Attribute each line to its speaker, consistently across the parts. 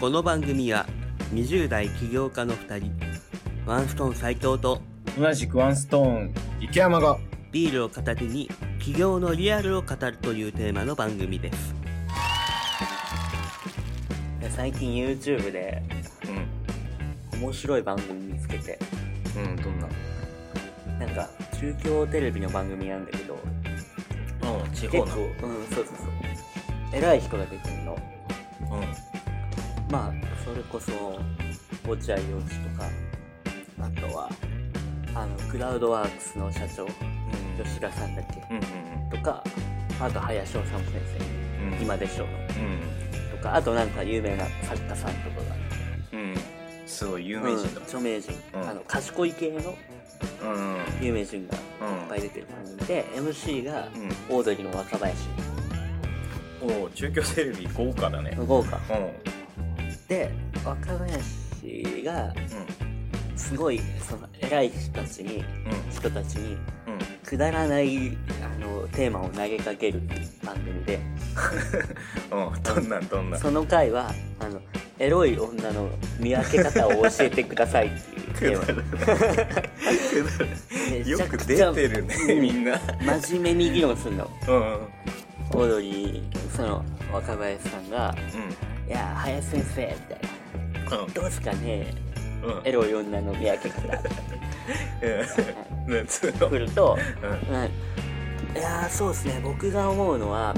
Speaker 1: この番組は20代起業家の2人ワンストーン斎藤と
Speaker 2: 同じくワンストーン
Speaker 3: 池山が
Speaker 1: ビールを片手に起業のリアルを語るというテーマの番組です最近 YouTube で
Speaker 2: うん
Speaker 1: 面白い番組見つけて
Speaker 2: うんどんな
Speaker 1: なんか中京テレビの番組なんだけど
Speaker 2: うん地
Speaker 1: 結構うんそうそうそう偉い人が出てるの
Speaker 2: う
Speaker 1: まあそれこそ落合陽一とかあとはあのクラウドワークスの社長
Speaker 2: ん
Speaker 1: 吉田さんだっけ
Speaker 2: うんうん
Speaker 1: とかあと林修先
Speaker 2: うんうん
Speaker 1: 生今でしょうのとかあとなんか有名な作家さんとかが
Speaker 2: うんうんすごい有名人
Speaker 1: うん
Speaker 2: だ
Speaker 1: 著名人、
Speaker 2: うん
Speaker 1: あの賢い系の
Speaker 2: もんうん
Speaker 1: 有名人がいっ
Speaker 2: うん
Speaker 1: ぱい出てる番組で MC が
Speaker 2: うん
Speaker 1: オードリーの若林
Speaker 2: おお中京テレビ豪華だね
Speaker 1: の豪華
Speaker 2: うん
Speaker 1: で若林がすごいその偉い人たちに
Speaker 2: うん
Speaker 1: 人たちに
Speaker 2: うんうん
Speaker 1: くだらないあのテーマを投げかける番組で
Speaker 2: うんどんなどんな
Speaker 1: その回はあのエロい女の見分け方を教えてくださいっていうテ ーマめ
Speaker 2: よ
Speaker 1: ちゃ
Speaker 2: く
Speaker 1: く
Speaker 2: 出
Speaker 1: ちゃ
Speaker 2: てるねみんな
Speaker 1: 真面目に議論するの
Speaker 2: うんうん
Speaker 1: オードリーその若林さんが「いや林先生」みたいな「どうすかね
Speaker 2: うんうん
Speaker 1: エロい女の見分け方」
Speaker 2: うん夏の
Speaker 1: 来ると
Speaker 2: うん
Speaker 1: うんいやーそうですね僕が思うのは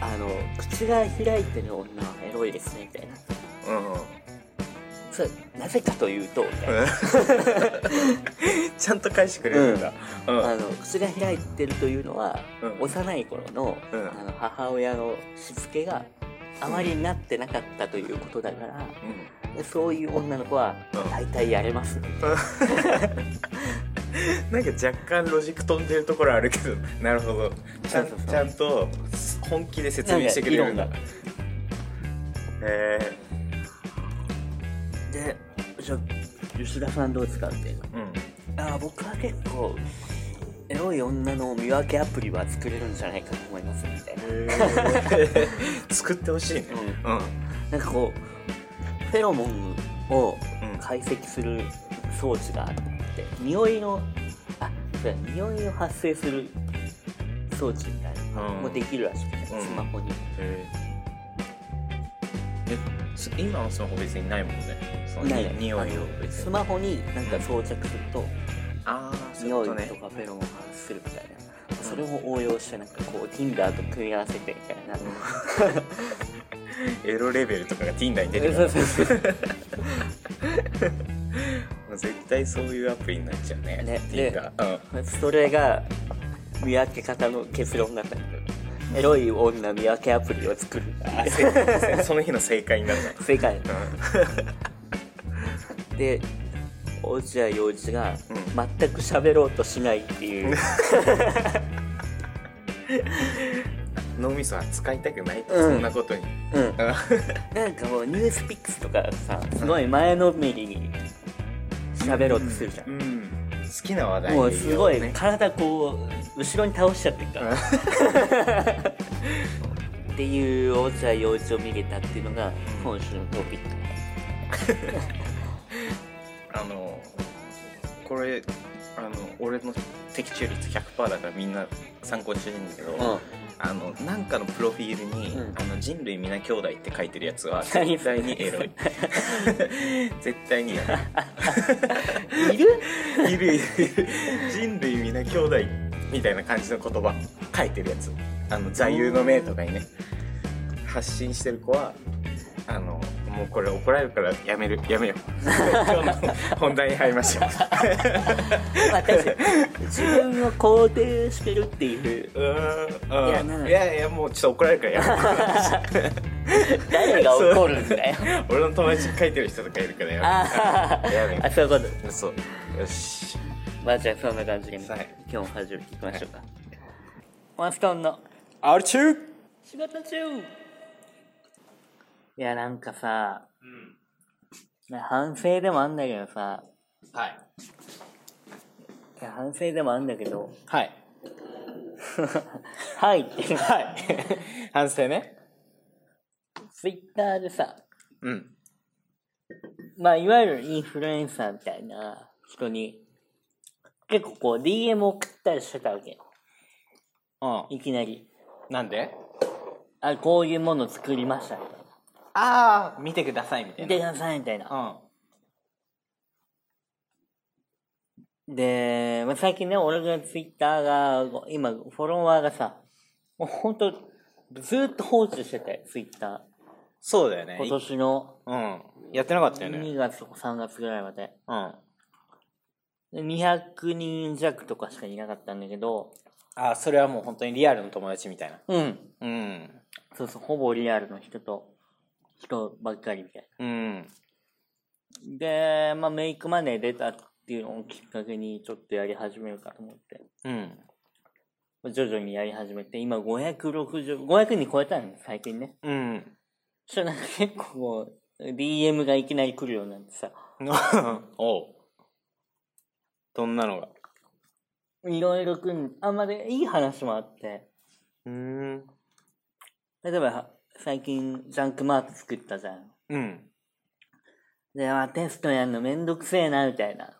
Speaker 1: あの口が開いてる女はエロいですねみたいな
Speaker 2: うん うん
Speaker 1: それなぜかというとみたいな
Speaker 2: うんちゃんと返してくれるんだ。うん。
Speaker 1: あの口が開いてるというのは、
Speaker 2: うん
Speaker 1: 幼い頃の,、
Speaker 2: うん
Speaker 1: あの母親のしつけがあまりなってなかったということだから、そういう女の子は
Speaker 2: うん
Speaker 1: 大体やれますね、
Speaker 2: なんか若干ロジック飛んでるところあるけど、 なるほど。ちゃん
Speaker 1: そうそうそう
Speaker 2: ちゃんと本気で説明してくれるんだ
Speaker 1: なんか。
Speaker 2: え
Speaker 1: でじゃあ吉田さんどうですかって
Speaker 2: ー、うん。
Speaker 1: あー僕は結構エロい女の見分けアプリは作れるんじゃないかと思いますみたいな、
Speaker 2: 作ってほしいね。うん。うん。
Speaker 1: なんかこうフェロモンを解析する装置があって匂いのあそうや匂いを発生する装置みたいなの
Speaker 2: うん
Speaker 1: もできるらしくて、
Speaker 2: うん
Speaker 1: スマホに
Speaker 2: えーす今のスマホ別にないもんね。その
Speaker 1: ないない
Speaker 2: 匂いを
Speaker 1: あの
Speaker 2: 別
Speaker 1: ス
Speaker 2: に。
Speaker 1: マホになんか装着すると、
Speaker 2: ああ、そう
Speaker 1: 匂
Speaker 2: い
Speaker 1: いうと
Speaker 2: こ
Speaker 1: か
Speaker 2: と
Speaker 1: フ
Speaker 2: ね。
Speaker 1: ェロモンを発生するみたいなそれを応用してなんかこう Tinder と組み合わせてみたいな、
Speaker 2: エロレベルとかが Tinder に出てくる。
Speaker 1: そうそうそう
Speaker 2: もう絶対そういうアプリになっちゃうね
Speaker 1: ね
Speaker 2: Tinder うん
Speaker 1: それが見分け方の結論だったんだよエロい女見分けアプリを作る
Speaker 2: あせ その日の正解になるね
Speaker 1: 正解で落合陽一が
Speaker 2: ん
Speaker 1: 全く喋ろうとしないっていう
Speaker 2: 脳みそは使いたくないと、
Speaker 1: うん
Speaker 2: そんなことに
Speaker 1: うんなんかもうニュースピックスとかさすごい前のめりに喋ろうとするじゃん、
Speaker 2: うん、好きな話題
Speaker 1: もうすごい
Speaker 2: ね
Speaker 1: 体こう後ろに倒しちゃってるからっていう落合陽一を見れたっていうのが今週のトピック
Speaker 2: あのこれあの俺の的中率100%だからみんな参考にしてほしいんだけど、あのなんかのプロフィールに、
Speaker 1: うん
Speaker 2: あの人類皆兄弟って書いてるやつは
Speaker 1: 何
Speaker 2: 絶対に エロい絶対にやる
Speaker 1: いる
Speaker 2: いるいる人類皆兄弟みたいな感じの言葉書いてるやつあの座右の銘とかにね発信してる子はあのもうこれ怒られるからやめるやめよう 今日の本題に入りましょ
Speaker 1: 私自分を肯定してるっていう
Speaker 2: ううーんうん
Speaker 1: いやなん
Speaker 2: いやいやもうちょっと怒られるからや
Speaker 1: 誰が怒るんだよ
Speaker 2: める 俺の友達書いてる人とかいるからや
Speaker 1: あ
Speaker 2: めるやめ
Speaker 1: ー
Speaker 2: る
Speaker 1: あそういうこと
Speaker 2: そうよし
Speaker 1: まあじゃあそんな感じで、ね
Speaker 2: はい
Speaker 1: 今日も始めていきましょうか、ワンストーンの
Speaker 2: R 中
Speaker 1: 仕事中いやなんかさ、な反省でもあんだけどさ
Speaker 2: はい
Speaker 1: いや反省でもあんだけど
Speaker 2: はい
Speaker 1: はいって
Speaker 2: はい反省ね
Speaker 1: ツイッターでさ
Speaker 2: うん
Speaker 1: まあ、いわゆるインフルエンサーみたいな人に、結構こう DM を送ったりしてたわけよ。
Speaker 2: う
Speaker 1: いきなり。
Speaker 2: ん。なんで
Speaker 1: あ、こういうもの作りましたみたいな。
Speaker 2: ああ、見てくださいみたい
Speaker 1: 見
Speaker 2: な。
Speaker 1: てくださいみたいな。
Speaker 2: う
Speaker 1: で、まあ、最近ね、俺がツイッターが、ご今、フォロワーがさ、もうほんと、ずーっと放置してて、ツイッタ
Speaker 2: ん。そうだよ
Speaker 1: ー。
Speaker 2: ね。
Speaker 1: 今年の
Speaker 2: うん。やってなかったよね。
Speaker 1: 2月とか3月ぐらいまで。
Speaker 2: うん。あ
Speaker 1: で200人弱とかしかいなかったんだけど、
Speaker 2: あ、それはもう本当にリアルの友達みたいな。
Speaker 1: うん。
Speaker 2: うん。
Speaker 1: そうそう、ほぼリアルの人と、人ばっかりみたい
Speaker 2: うん。
Speaker 1: な。で、まあ、メイクマネー出たっていうのをきっかけに、ちょっとやり始めるかと思って。
Speaker 2: うん。
Speaker 1: 徐々にやり始めて、今560、500人超えたんです、最近ね。
Speaker 2: うん。
Speaker 1: そしたらなんか結構、DM がいきなり来るようになってさ、
Speaker 2: おう。どんなのが
Speaker 1: いろいろ来る、あんまりいい話もあって、
Speaker 2: うん。
Speaker 1: 例えば、最近、ジャンクマート作ったじゃん。
Speaker 2: うん。
Speaker 1: で、あ、テストやんのめんどくせえな、みたいな。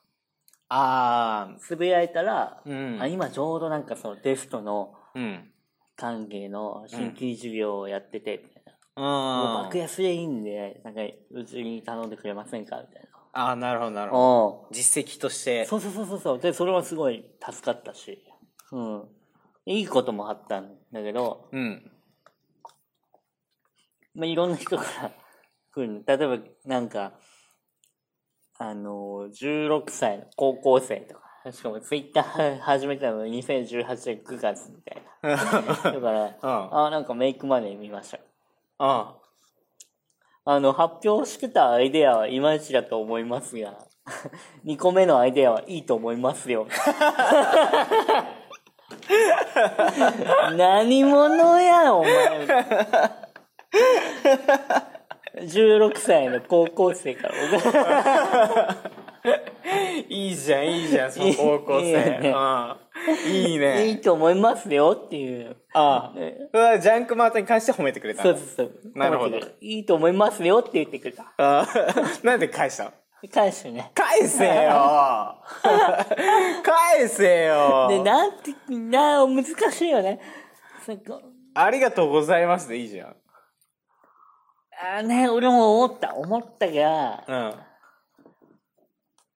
Speaker 2: ああ、
Speaker 1: つぶやいたら、
Speaker 2: うん
Speaker 1: あ今ちょうどなんかそのテストの
Speaker 2: うん。
Speaker 1: 関係の新規事業をやってて、みたいな。もう
Speaker 2: あ
Speaker 1: 爆安でいいんで、なんか、うちに頼んでくれませんかみたいな。
Speaker 2: あー、なるほど、なるほど。
Speaker 1: おう
Speaker 2: 実績として。
Speaker 1: そうそうそうそうそう。で、それはすごい助かったし、うん。いいこともあったんだけど、
Speaker 2: うん。
Speaker 1: まあ、いろんな人から来るの。例えば、なんか、あのー、16歳の高校生とか、しかもツイッター始めたのが2018年9月みたい な。だから、
Speaker 2: うん。
Speaker 1: あ、なんかメイクマネー見ました。
Speaker 2: うん。
Speaker 1: あの、発表してたアイデアはいまいちだと思いますが、2個目のアイデアはいいと思いますよ。 何者や、お前。16歳の高校生から僕が
Speaker 2: いいじゃん、いいじゃん、その高校
Speaker 1: いいよね
Speaker 2: 生。うん。いい
Speaker 1: いい
Speaker 2: ね。
Speaker 1: と思いますよっていう。
Speaker 2: あ
Speaker 1: ね
Speaker 2: あ。ジャンクマートに関して褒めてくれた
Speaker 1: そ
Speaker 2: の
Speaker 1: うそうそう。
Speaker 2: なるほど
Speaker 1: いいと思いますよって言ってくれた。
Speaker 2: あー なんで返したの
Speaker 1: 返してね。
Speaker 2: 返せよ 返せよ
Speaker 1: で、なんて、な、難しいよね。そこ
Speaker 2: ありがとうございますでいいじゃん。
Speaker 1: あーね、俺も思った、思ったが、
Speaker 2: うん。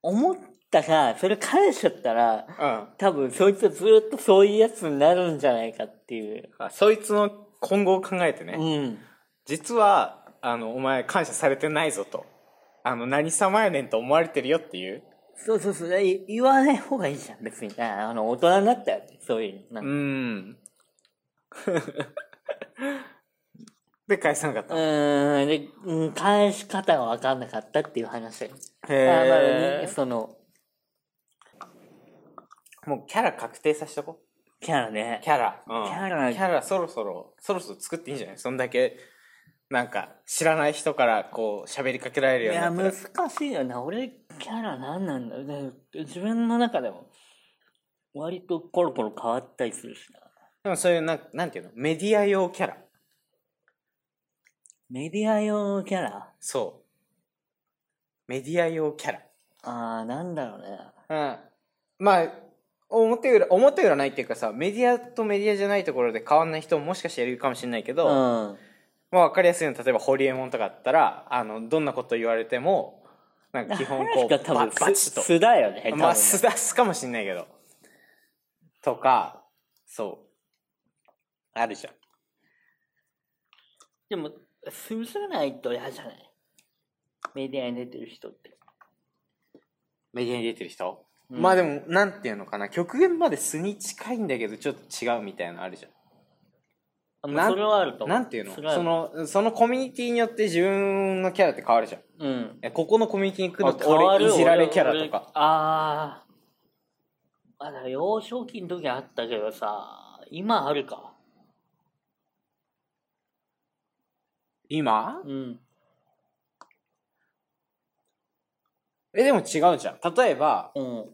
Speaker 1: 思ったが、それ返しちゃったら、
Speaker 2: うん。
Speaker 1: 多分そいつはずーっとそういうやつになるんじゃないかっていう。
Speaker 2: あそいつの今後を考えてね、
Speaker 1: うん。
Speaker 2: 実はあのお前感謝されてないぞとあの何様やねんと思われてるよっていう
Speaker 1: そうそうそう、い言わない方がいいじゃん、別に。ああの、大人になったよね、そういうの。な
Speaker 2: う
Speaker 1: んか
Speaker 2: ん で返さなかった
Speaker 1: うーん、で、うん、返し方が分かんなかったっていう話。あーまあ
Speaker 2: へ
Speaker 1: ね
Speaker 2: え
Speaker 1: その、
Speaker 2: もうキャラ確定させとこう
Speaker 1: キャラね。
Speaker 2: キャラ、うん
Speaker 1: キャラ
Speaker 2: キャラそろそろそろそろ作っていいんじゃないそんだけなんか知らない人からこう喋りかけられる
Speaker 1: い
Speaker 2: ようにな
Speaker 1: や、
Speaker 2: ったら
Speaker 1: 難しいよな。俺、キャラ何なんだね自分の中でも、割とコロコロ変わったりするしな。
Speaker 2: でもそういうなんなんていうのメディア用キャラ
Speaker 1: メディア用キャラ
Speaker 2: そうメディア用キャラ
Speaker 1: ああ、なんだろうね。
Speaker 2: うんまあ表裏表裏ないっていうかさメディアとメディアじゃないところで変わんない人ももしかしているかもしれないけど、
Speaker 1: うん。
Speaker 2: まあ、分かりやすいのは例えばホリエモンとかだったらあのどんなこと言われてもなんか基本こう
Speaker 1: が多
Speaker 2: バ
Speaker 1: 分
Speaker 2: バチ
Speaker 1: 素、
Speaker 2: ッ
Speaker 1: 素だよね。多
Speaker 2: と
Speaker 1: 分
Speaker 2: まあすだすかもしれないけどとかそうあるじゃん
Speaker 1: でも、素じゃないと嫌じゃないメディアに出てる人って。
Speaker 2: メディアに出てる人、
Speaker 1: うん
Speaker 2: まあでもなんていうのかな極限まで素に近いんだけどちょっと違うみたいなのあるじゃん
Speaker 1: あ
Speaker 2: なん
Speaker 1: それはあると思う。
Speaker 2: なんていうの
Speaker 1: そ
Speaker 2: そ
Speaker 1: れはある
Speaker 2: のそのコミュニティによって自分のキャラって変わるじゃん
Speaker 1: うん。
Speaker 2: えここのコミュニティに来るのって
Speaker 1: あ変わる
Speaker 2: 俺いじられキャラと
Speaker 1: 俺
Speaker 2: か
Speaker 1: ああ。あ、だから幼少期の時あったけどさ、今あるか。
Speaker 2: 今
Speaker 1: うん。
Speaker 2: えでも違うじゃん例えば
Speaker 1: うん。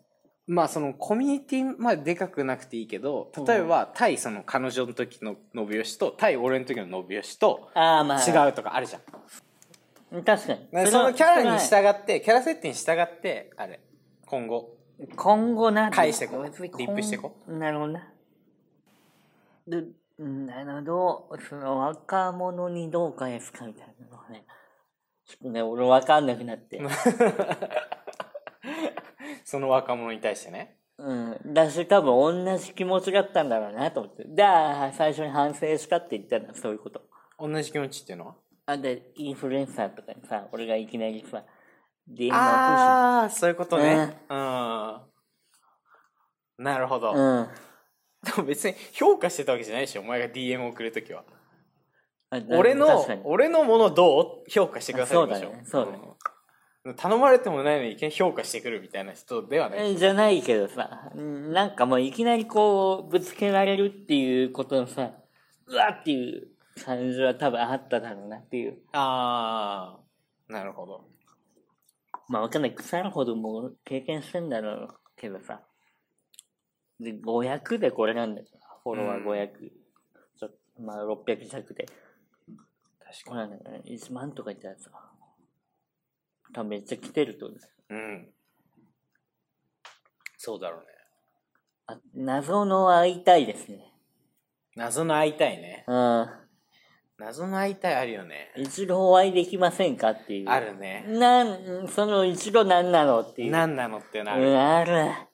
Speaker 2: まあそのコミュニティまあでかくなくていいけど例えば対その彼女の時の信義と対俺の時の信義と
Speaker 1: ああ、まあ。
Speaker 2: 違うとかあるじゃん
Speaker 1: 確かに。
Speaker 2: まあ
Speaker 1: れ
Speaker 2: そ
Speaker 1: は
Speaker 2: のキャラに
Speaker 1: それは
Speaker 2: 従って、キャラ設定に従って、あれ、今後。
Speaker 1: 今後な。
Speaker 2: 返してこう
Speaker 1: 別に
Speaker 2: リップしてこ
Speaker 1: なるほどな。で、うんなるほど。その若者にどう返すかみたいなのはね。ちょっとね、俺わかんなくなって。
Speaker 2: その若者に対してね。
Speaker 1: うん。だし多分同じ気持ちだったんだろうなと思って。じゃあ、最初に反省したって言ったのはそういうこと。
Speaker 2: 同じ気持ちっていうのは
Speaker 1: あ、で、インフルエンサーとかにさ、俺がいきなりさ、DM を
Speaker 2: ああ、そういうことね。うん。なるほど。
Speaker 1: 送るうん。
Speaker 2: でも別に評価してたわけじゃないでしょ、お前が DM を送るときは。
Speaker 1: あ
Speaker 2: 俺の
Speaker 1: 確かに、
Speaker 2: 俺のものどう評価してくださいでし
Speaker 1: あそ
Speaker 2: ょ。
Speaker 1: うだねそうだね
Speaker 2: うん頼まれてもないのにいきなり評価してくるみたいな人ではない。
Speaker 1: えじゃないけどさ、んなんかもういきなりこう、ぶつけられるっていうことのさ、うわっていう感じは多分あっただろうなっていう。
Speaker 2: ああ、なるほど。
Speaker 1: まあわかんない。腐るほどもう経験してんだろうけどさ。で、500でこれなんだよ。フォロワー500。ちょっと、まあ600弱で。
Speaker 2: 確
Speaker 1: これなんだよね。1万とかいったやつは。多分めっちゃ来てると思う。
Speaker 2: うん。そうだろうね。
Speaker 1: あ、謎の会いたいですね。
Speaker 2: 謎の会いたいね。
Speaker 1: うん。
Speaker 2: 謎の会いたいあるよね。
Speaker 1: 一度お会いできませんかっていう。
Speaker 2: あるね。
Speaker 1: なん、その一度何なのっていう。
Speaker 2: 何なのっていうのあ
Speaker 1: う
Speaker 2: る。
Speaker 1: ん、ある。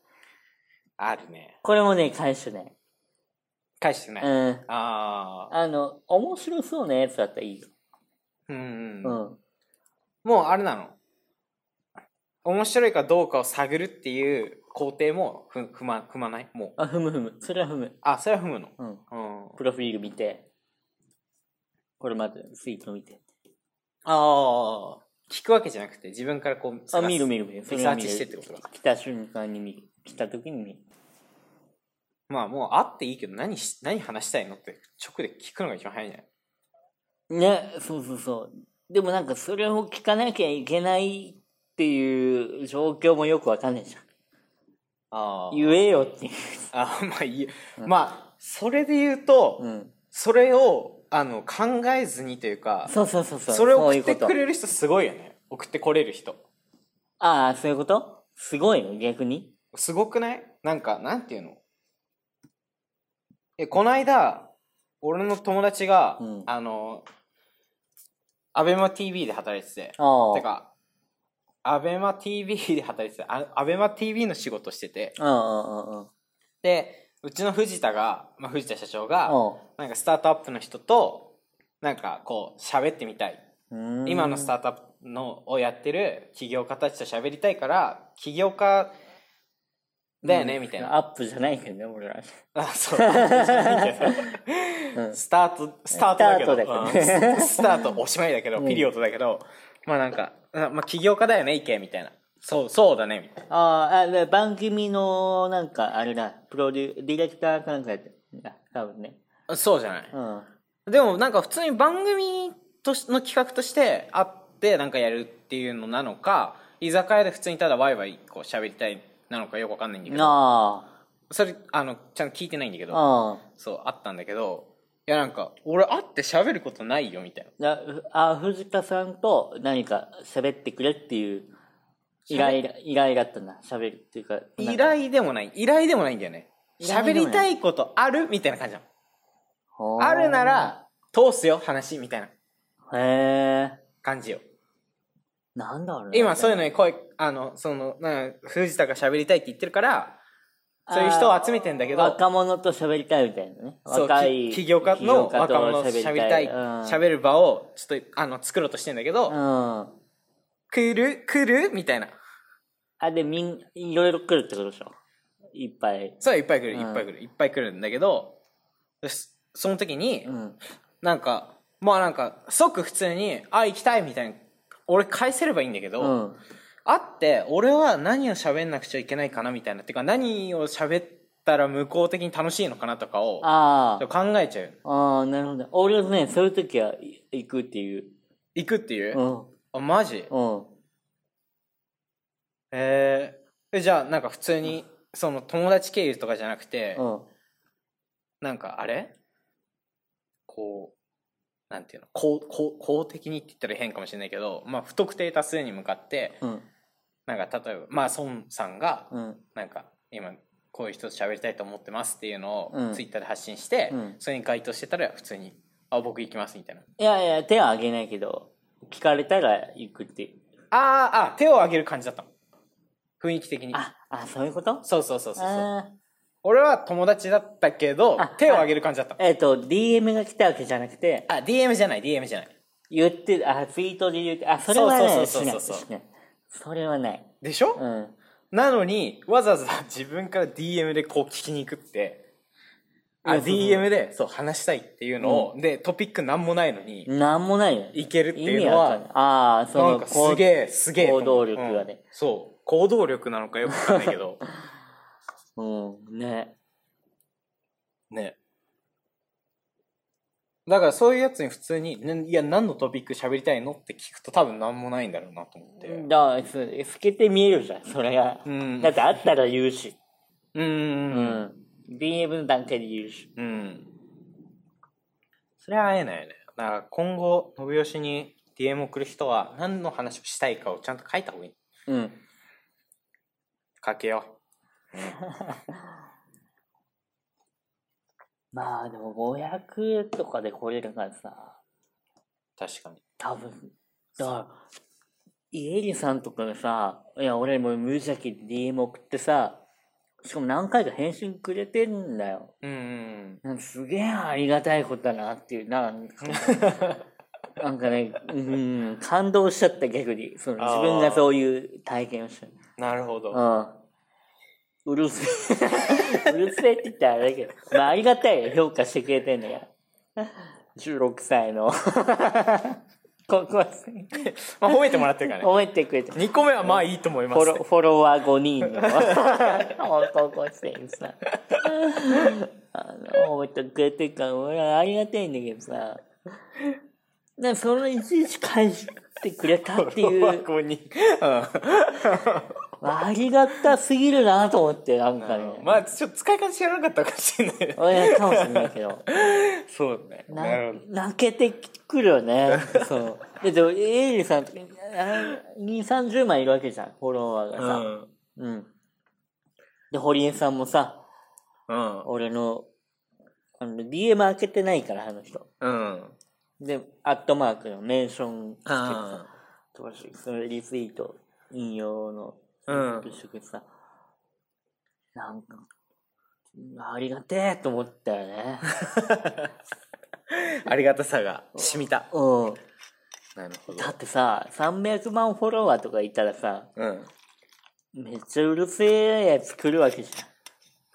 Speaker 2: あるね。
Speaker 1: これもね、返してない。
Speaker 2: 返してない。あ
Speaker 1: うん。
Speaker 2: あー。
Speaker 1: あの、面白そうなやつだったらいいよ。
Speaker 2: うん
Speaker 1: う
Speaker 2: うん。
Speaker 1: ん。
Speaker 2: もうあれなの。面白いかどうかを探るっていう工程もふ踏ま踏まないもう。
Speaker 1: あ、ふむふむ。それはふむ。
Speaker 2: あ、それは踏むの。
Speaker 1: うん。
Speaker 2: うん。
Speaker 1: プロフィール見て。これまず、ツイート見て。
Speaker 2: ああ。聞くわけじゃなくて、自分からこう
Speaker 1: あ、
Speaker 2: 探す、
Speaker 1: 見る見る見る。
Speaker 2: リサーチしてってことか。
Speaker 1: 来た瞬間に見る。来た時に見る。
Speaker 2: まあもう会っていいけど、何し、何話したいのって直で聞くのが一番早いんじゃない
Speaker 1: ね、そうそうそう。でもなんか、それを聞かなきゃいけないっていう状況もよくわかんないじゃん。
Speaker 2: あ
Speaker 1: 言えよっていう。
Speaker 2: あまあいい、まあそれで言うと、
Speaker 1: うん。
Speaker 2: それをあの考えずにというか
Speaker 1: そうそうそうそ。
Speaker 2: そうれを
Speaker 1: そ
Speaker 2: 送
Speaker 1: ういう
Speaker 2: っ
Speaker 1: こ
Speaker 2: て
Speaker 1: と
Speaker 2: くれる人すごいよね送ってこれる人
Speaker 1: ああ、そういうことすごいの逆に。
Speaker 2: すごくないなんかなんていうのえこの間俺の友達が、
Speaker 1: うん
Speaker 2: あのアベマ t v で働いてて
Speaker 1: ああ。
Speaker 2: て。かアベマ t v で働いててあアベマ t v の仕事してて
Speaker 1: うんうんうんうん。
Speaker 2: でうちの藤田が、まあ、藤田社長が、
Speaker 1: あ
Speaker 2: なんかスタートアップの人となんかこう喋ってみたい
Speaker 1: あ
Speaker 2: 今のスタ
Speaker 1: ー
Speaker 2: ートアップのをやってる起業家たちと喋りたいから起業家だよねみたいな、
Speaker 1: アップじゃないけどね、俺ら。
Speaker 2: あそうじゃないけど
Speaker 1: うん
Speaker 2: スタートスタートだけ
Speaker 1: スタートだ
Speaker 2: ど
Speaker 1: けど
Speaker 2: うん ススタートおしまいだけど、
Speaker 1: うん
Speaker 2: ピリオドだけどまあなんか、あまあ、起業家だよね意見みたいなそうそうだねみたいな
Speaker 1: あああ、で番組の、なんか、あれだ、プロデュ、ディレクターかなんかやってるんだ、多分ね。
Speaker 2: あそうじゃない、
Speaker 1: うん。
Speaker 2: でもなんか普通に番組としの企画としてあってなんかやるっていうのなのか居酒屋で普通にただワイワイこう喋りたいなのかよくわかんないんだけど
Speaker 1: あ
Speaker 2: それあのちゃんと聞いてないんだけ
Speaker 1: あ。
Speaker 2: ど
Speaker 1: あ
Speaker 2: そうあったんだけどいやなんか俺会って喋ることないよみたいな
Speaker 1: あ。あ、藤田さんと何か喋ってくれっていう依頼だ、依頼だったんだ。喋るっていうか。
Speaker 2: 依頼でもない依頼でもないんだよね
Speaker 1: 依頼で
Speaker 2: 喋
Speaker 1: もない
Speaker 2: りたいことあるみたいな感じなの
Speaker 1: ほー
Speaker 2: あるな。ら通すよ話みたいな
Speaker 1: へえ。
Speaker 2: 感じよ
Speaker 1: なんだろうね
Speaker 2: 今そういうのに声あのそのなんか藤田が喋りたいって言ってるから
Speaker 1: あー
Speaker 2: そういう人を集めてんだけど
Speaker 1: 若者と喋りたいみたいなね。
Speaker 2: そう
Speaker 1: 若い
Speaker 2: き起業家の
Speaker 1: 起業家と
Speaker 2: 若者と喋りたい
Speaker 1: 喋
Speaker 2: 喋
Speaker 1: り
Speaker 2: る場をちょっとあの作ろうとしてんだけ
Speaker 1: たい。うん。
Speaker 2: ど
Speaker 1: うん
Speaker 2: 来る来るみたいな
Speaker 1: あ、で、みん、いろいろ来るってことでしょいっぱい。
Speaker 2: そういっぱい来る
Speaker 1: うん
Speaker 2: いっぱい来るいっぱい来るんだけどそその時に
Speaker 1: うん。
Speaker 2: なんかまあなんか即普通に「あ行きたい」みたいな俺返せればいいんだけ
Speaker 1: う
Speaker 2: ど
Speaker 1: ん。
Speaker 2: 会って俺は何を喋んなくちゃいけないかなみたいなっていうか何を喋ったら向こう的に楽しいのかなとかを
Speaker 1: あ
Speaker 2: ちょっと考えちゃう
Speaker 1: あ。ああ、なるほど。俺はね、そういう時はい行くっていう。。
Speaker 2: 行くっていううんあマジ
Speaker 1: うん。
Speaker 2: えー、えじゃあなんか普通にその友達経由とかじゃなくて、
Speaker 1: うん。
Speaker 2: なんかあれこ
Speaker 3: なんていうの公公公的にって言ったら変かもしれないけど、まあ、不特定多数に向かって
Speaker 1: うん
Speaker 3: なんか例えば、まあ、孫さんが
Speaker 1: うん
Speaker 3: なんか今こういう人と喋りたいと思ってますっていうの
Speaker 1: うん
Speaker 3: をツイッターで発信して、
Speaker 1: うん
Speaker 3: それに該当してたら普通に「あ僕行きます」みたいない
Speaker 1: やいや手は挙げないけど聞かれたら行くって
Speaker 3: あーあ手を挙げる感じだったの雰囲気的に
Speaker 1: ああそういうこと
Speaker 3: そうそうそうそうそう
Speaker 1: あ
Speaker 3: 俺は友達だったけど
Speaker 1: あ
Speaker 3: 手を挙げる感じだった
Speaker 1: ーえっ、と DM が来たわけじゃなくて
Speaker 3: あ DM じゃない DM じゃない
Speaker 1: 言ってあツイートで言ってあそれはない
Speaker 3: そうそうそうそう
Speaker 1: しないしないそれはない
Speaker 3: でしょ、
Speaker 1: うん
Speaker 3: なのにわざわざ自分から DM でこう聞きに行くってあ
Speaker 1: いやそう
Speaker 3: DM でそう話したいっていうのを、でトピックなんもないのに
Speaker 1: なんもないよ
Speaker 3: いけるっていう
Speaker 1: 意味
Speaker 3: のは
Speaker 1: わかんないああそ
Speaker 3: な
Speaker 1: の
Speaker 3: んかすげえすげえと思
Speaker 1: 行
Speaker 3: う
Speaker 1: 動力がね
Speaker 3: うんそう行動力なのかよくわかんないけ ど
Speaker 1: こううんね
Speaker 3: ねだからそういうやつに普通に「ねいや何のトピック喋りたいの?」って聞くと多分何もないんだろうなと思ってうん
Speaker 1: だからす透けて見えるじゃんそれが、
Speaker 3: うん
Speaker 1: だってあったら言うし
Speaker 3: う
Speaker 1: うんん DM の段階で言うし
Speaker 3: うんそれは会えないよねだから今後信義に DM を送る人は何の話をしたいかをちゃんと書いた方がいい
Speaker 1: うん
Speaker 3: 書けよ
Speaker 1: まあでも500とかで来れるからさ
Speaker 3: う確かに
Speaker 1: 多分だから家入さんとかがさいや俺もう無邪気に DM 送ってさしかも何回か返信くれてんだよ
Speaker 3: うんうん
Speaker 1: なんかすげえありがたいことだなっていうなんかなんかねうん感動しちゃった逆にその
Speaker 3: あー
Speaker 1: 自分がそういう体験をした
Speaker 3: なるほど
Speaker 1: うんうるせえ うるせえって言ったらあれだけどまあありがたいよ評価してくれてんだ から16歳 の高校生
Speaker 3: まあ褒めてもらってるからね
Speaker 1: 覚えてくれてフ
Speaker 3: 2個目はまあいいと思いま
Speaker 1: ォ
Speaker 3: す
Speaker 1: ロフォロワー5人の高校生さあの覚えてくれてるから俺はありがたいんだけどさなんかそのいちいち返してくれたっていう
Speaker 3: こに、
Speaker 1: ありがたすぎるなと思ってなんかね
Speaker 3: まあちょっと使い方知らなかったかもしれない ね
Speaker 1: いやかもしれないけど
Speaker 3: そうね
Speaker 1: な
Speaker 3: なるほど
Speaker 1: 泣けてくるよねそうだってエイリさんとか230枚いるわけじゃんフォロワーがさうん、で堀江さんもさ
Speaker 2: うん
Speaker 1: 俺のあの DM 開けてないからあの人
Speaker 2: うん
Speaker 1: でアットマークのメンションして
Speaker 2: あ
Speaker 1: さとかしそのリツイート引用の
Speaker 2: うん
Speaker 1: 一緒さ、なんかありがてえと思ったよね
Speaker 2: ありがたさが染みた
Speaker 1: うん
Speaker 2: なるほど
Speaker 1: だってさ300万フォロワーとかいたらさ
Speaker 2: うん
Speaker 1: めっちゃうるせえやつ来るわけじ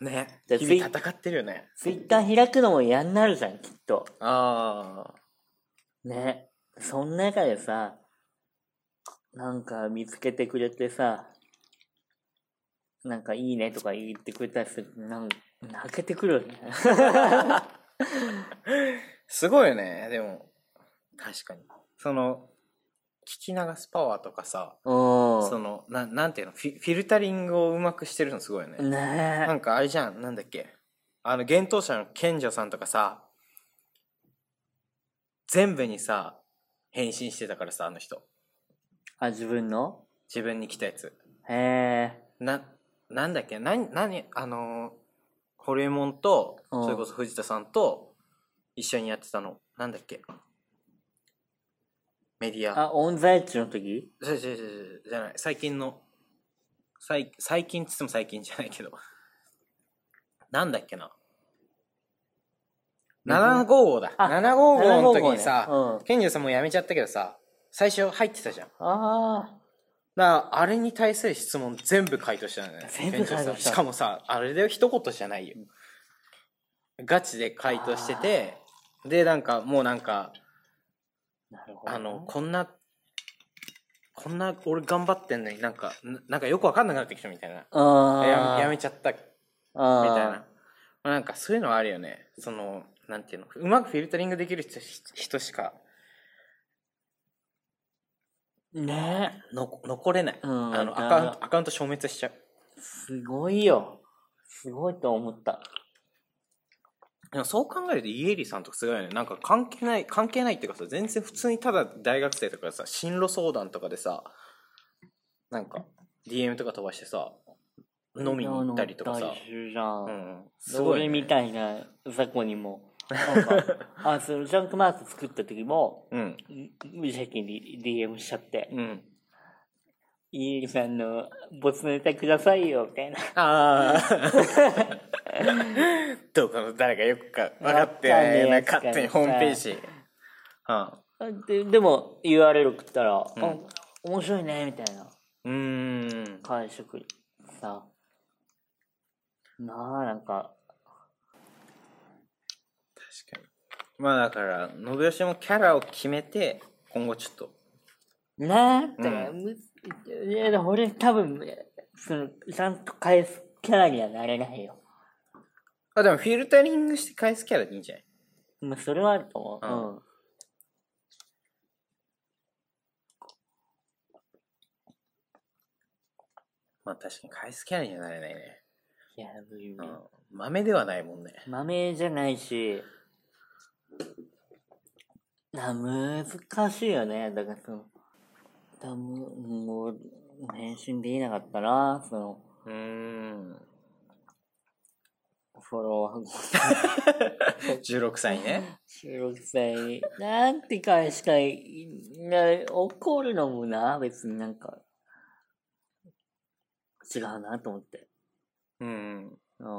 Speaker 1: ゃん
Speaker 2: ね
Speaker 1: で
Speaker 2: 日々戦ってるよね
Speaker 1: ツイッター開くのも嫌になるじゃんきっと
Speaker 2: ああ
Speaker 1: ねそん中でさなんか見つけてくれてさなんかいいねとか言ってくれたりするとなん泣けてくるよ ね
Speaker 2: すごいよねでも確かにその聞き流すパワーとかさ
Speaker 1: う
Speaker 2: そのななんていうのフィフィルタリングをうまくしてるのすごいよね、
Speaker 1: んね
Speaker 2: なんかあれじゃんなんだっけあの幻冬舎の賢者さんとかさ全部にさ返信してたからさあの人
Speaker 1: あ自分の
Speaker 2: 自分に来たやつ
Speaker 1: へえ
Speaker 2: ななんだっけ何何あのーホルエモンと
Speaker 1: うん
Speaker 2: それこそ藤田さんと一緒にやってたのなんだっけメディア
Speaker 1: あオンザエッジの時
Speaker 2: そうそうそうそうじゃない最近の最最近っつっても最近じゃないけど なんだっけな755だ
Speaker 1: あ
Speaker 2: 755の時に
Speaker 1: 755ね
Speaker 2: さ
Speaker 1: うん
Speaker 2: 賢者さんもやめちゃったけどさ最初入ってたじゃんだか
Speaker 1: あ
Speaker 2: らあれに対する質問全部回答したのね
Speaker 1: 全部回答した
Speaker 2: 賢者さんしかもさあれで一言じゃないよガチで回答しててでなんかもうなんか
Speaker 1: あなるほど
Speaker 2: あの、こんな、こんな俺頑張ってんのになんか、ななんかよくわかんなくなってきたみたいな。
Speaker 1: あ
Speaker 2: や
Speaker 1: ー
Speaker 2: やめちゃった、み
Speaker 1: あ
Speaker 2: たい
Speaker 1: ー
Speaker 2: な。まあ、なんかそういうのはあるよね。その、なんていうの、うまくフィルタリングできる人し人しか
Speaker 1: ね
Speaker 2: の残れない。
Speaker 1: うん
Speaker 2: あの
Speaker 1: わ
Speaker 2: ア
Speaker 1: かる
Speaker 2: カウント、アカウント消滅しちゃう。
Speaker 1: すごいよ。すごいと思った。
Speaker 3: でもそう考えるとイエリさんとかすごいよねなんか関係ない関係ないっていうかさ全然普通にただ大学生とかさ進路相談とかでさなんか DM とか飛ばしてさ飲みに行ったりとか
Speaker 1: 飲
Speaker 3: さ
Speaker 1: みに行ったりするじゃん。
Speaker 3: うんす
Speaker 1: そ
Speaker 3: ごい
Speaker 1: れ
Speaker 3: ね
Speaker 1: みたいな雑魚にも。なん かあそのジャンクマーク作った時も
Speaker 3: うん
Speaker 1: 無邪気に DM しちゃって
Speaker 3: うん
Speaker 1: 「イエリさんのボツネタくださいよ」みたいな
Speaker 3: ああ
Speaker 2: どこの誰かよくか分かってないような
Speaker 1: わかんねえやつからさ
Speaker 2: 勝手にホームページ
Speaker 1: ででも URL 送ったら「
Speaker 2: ん
Speaker 1: あ面白いね」みたいな
Speaker 2: うんうーん
Speaker 1: 返してくるさなあなんか
Speaker 2: 確か
Speaker 3: まあだから信義もキャラを決めて今後ちょっと
Speaker 1: ねえって、むいやでも俺多分そのちゃんと返すキャラにはなれないよ
Speaker 3: あでもフィルタリングして返すキャラでいいんじゃない
Speaker 1: まあそれはあると思う
Speaker 3: う
Speaker 1: うんん
Speaker 3: まあ確かに返すキャラにはなれないね、
Speaker 1: いや無理無
Speaker 3: う
Speaker 1: 理
Speaker 3: ん、豆ではないもんね
Speaker 1: 豆じゃないしな難しいよねだからそのだむもう返信できなかったなその
Speaker 3: うー ん
Speaker 1: フォロワーが
Speaker 3: 16歳ね
Speaker 1: 16歳に、なんて返したい、な怒るのもな、別になんか、違うなと思って。
Speaker 2: うん
Speaker 1: うん。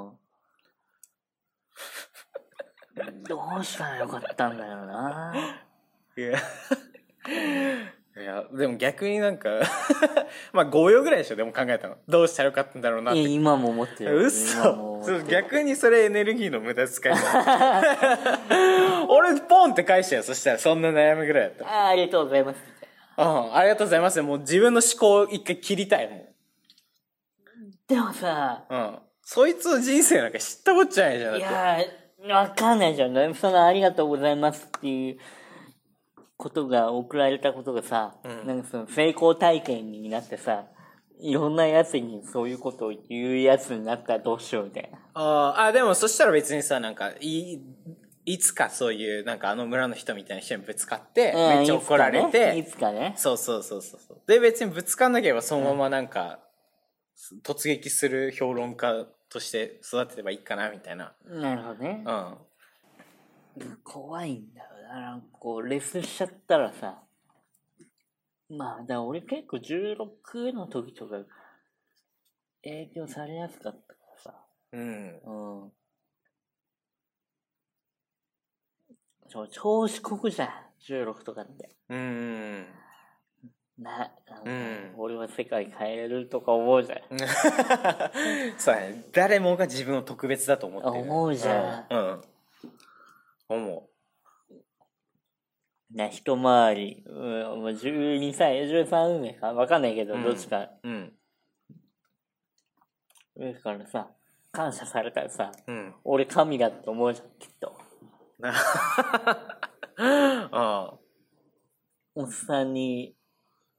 Speaker 1: どうしたらよかったんだろうな。
Speaker 2: いや いやでも逆になんか まあ5秒ぐらいでしょでも考えたのどうしたらよかったんだろうない
Speaker 1: や、今も思ってる。
Speaker 2: うっ
Speaker 1: 今も
Speaker 2: そ
Speaker 1: 思って
Speaker 2: そ
Speaker 1: る
Speaker 2: う逆にそれエネルギーの無駄 遣いだ俺ポンって返したよそしたらそんな悩みぐらいだった
Speaker 1: あーありがとうございます。
Speaker 2: うんありがとうございますもう自分の思考を一回切りたいもん
Speaker 1: でもさ、
Speaker 2: うんそいつの人生なんか知ったこっちゃないじゃんだ
Speaker 1: い
Speaker 2: って
Speaker 1: やー、わかんないじゃん。そのありがとうございますっていうことが送られたことがさ、なんかその成功体験になってさ、いろんなやつにそういうことを言うやつになったらどうしようみたいな。
Speaker 2: あーあ、でもそしたら別にさ、なんか、い、いつかそういう、なんかあの村の人みたいな人にぶつかって、
Speaker 1: うん
Speaker 2: めっちゃ怒られて、
Speaker 1: いつかね。いつかね
Speaker 2: そうそうそうそうそう。で、別にぶつかんなければそのままなんか、突撃する評論家として育てればいいかな、みたいな。
Speaker 1: なるほどね。
Speaker 2: うん。
Speaker 1: 怖いんだよな。なんかこう、レッスンしちゃったらさ、まあ、だから俺結構16の時とか影響されやすかったからさ。
Speaker 2: うん。
Speaker 1: うん。そう、調子こくじゃん、16とかって。
Speaker 2: うん。
Speaker 1: な、なんか
Speaker 2: うん
Speaker 1: 俺は世界変えれるとか思うじゃん。
Speaker 2: そうやね。誰もが自分を特別だと思ってる。
Speaker 1: 思うじゃん
Speaker 2: うん。うん思
Speaker 1: な、一回り、うん、もう12歳、13歳か、わかんないけど、
Speaker 2: うん
Speaker 1: どっちか、
Speaker 2: う。うん。
Speaker 1: 上からさ、感謝されたらさ、
Speaker 2: うん。
Speaker 1: 俺神だって思うじゃん、きっと。
Speaker 2: あ
Speaker 1: おっさんに、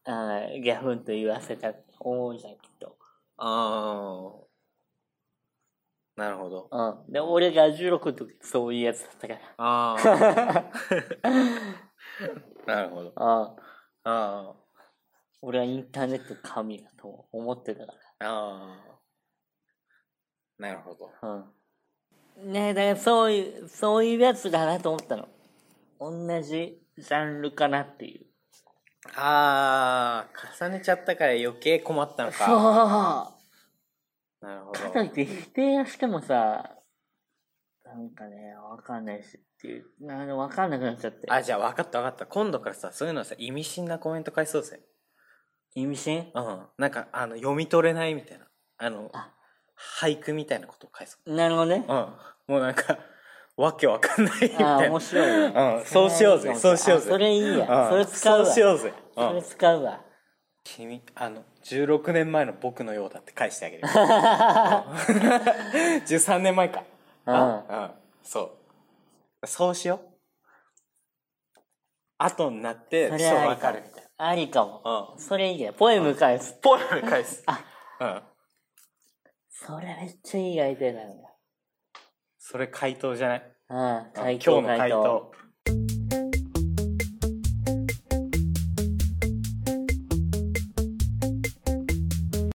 Speaker 1: あーギャフンと言わせたって思うじゃん、きっと。
Speaker 2: あ。ああ。なるほど。
Speaker 1: うん。で、俺が16の時、そういうやつだったか
Speaker 2: ああ。なるほど。
Speaker 1: ら。 うん。
Speaker 2: あ
Speaker 1: 俺はインターネット神だと思ってたか
Speaker 2: あ。ああ。なるほど。
Speaker 1: ら。うん。ねえ、だからそういう、そういうやつだなと思ったの。同じジャンルかなっていう。
Speaker 2: ああ、重ねちゃったから余計困ったのか。
Speaker 1: そ
Speaker 2: なるほ
Speaker 1: う
Speaker 2: ど。
Speaker 1: かといって否定してもさ、なんかね、わかんないしっていう、なんかわかんなくなっちゃって。
Speaker 2: あ、じゃあ分かった分かった。今度からさ、そういうのさ、意味深なコメント返そうぜ。
Speaker 1: 意味深
Speaker 2: うん。なんか、あの、読み取れないみたいな。あの、
Speaker 1: あ
Speaker 2: 俳句みたいなことを返そう。
Speaker 1: なるほどね。
Speaker 2: うん。もうなんか、わけわかんないみたい
Speaker 1: あ
Speaker 2: な。
Speaker 1: あ、面白いね。
Speaker 2: うんそうしようぜ
Speaker 1: れ
Speaker 2: そうしようぜ
Speaker 1: あそれいいや。
Speaker 2: ん
Speaker 1: それ使うわ。
Speaker 2: そうしようぜ。うん
Speaker 1: それ使うわ。
Speaker 2: 君あの16年前の僕のようだって返してあ げる13年前か
Speaker 1: うん
Speaker 2: うんそうそうしよう後になって
Speaker 1: それ
Speaker 2: そう
Speaker 1: あ
Speaker 2: 分
Speaker 1: り
Speaker 2: か
Speaker 1: か
Speaker 2: る
Speaker 1: も
Speaker 2: みたい。
Speaker 1: ありかも。
Speaker 2: なうん
Speaker 1: それいいや。ポエム返す。
Speaker 2: ポエム返す
Speaker 1: あ
Speaker 2: うん
Speaker 1: それめっちゃいいアイデアなんだ。それ回答じゃない
Speaker 2: ああ、
Speaker 1: あ
Speaker 2: 回
Speaker 1: 今
Speaker 2: 答
Speaker 1: 日の回答。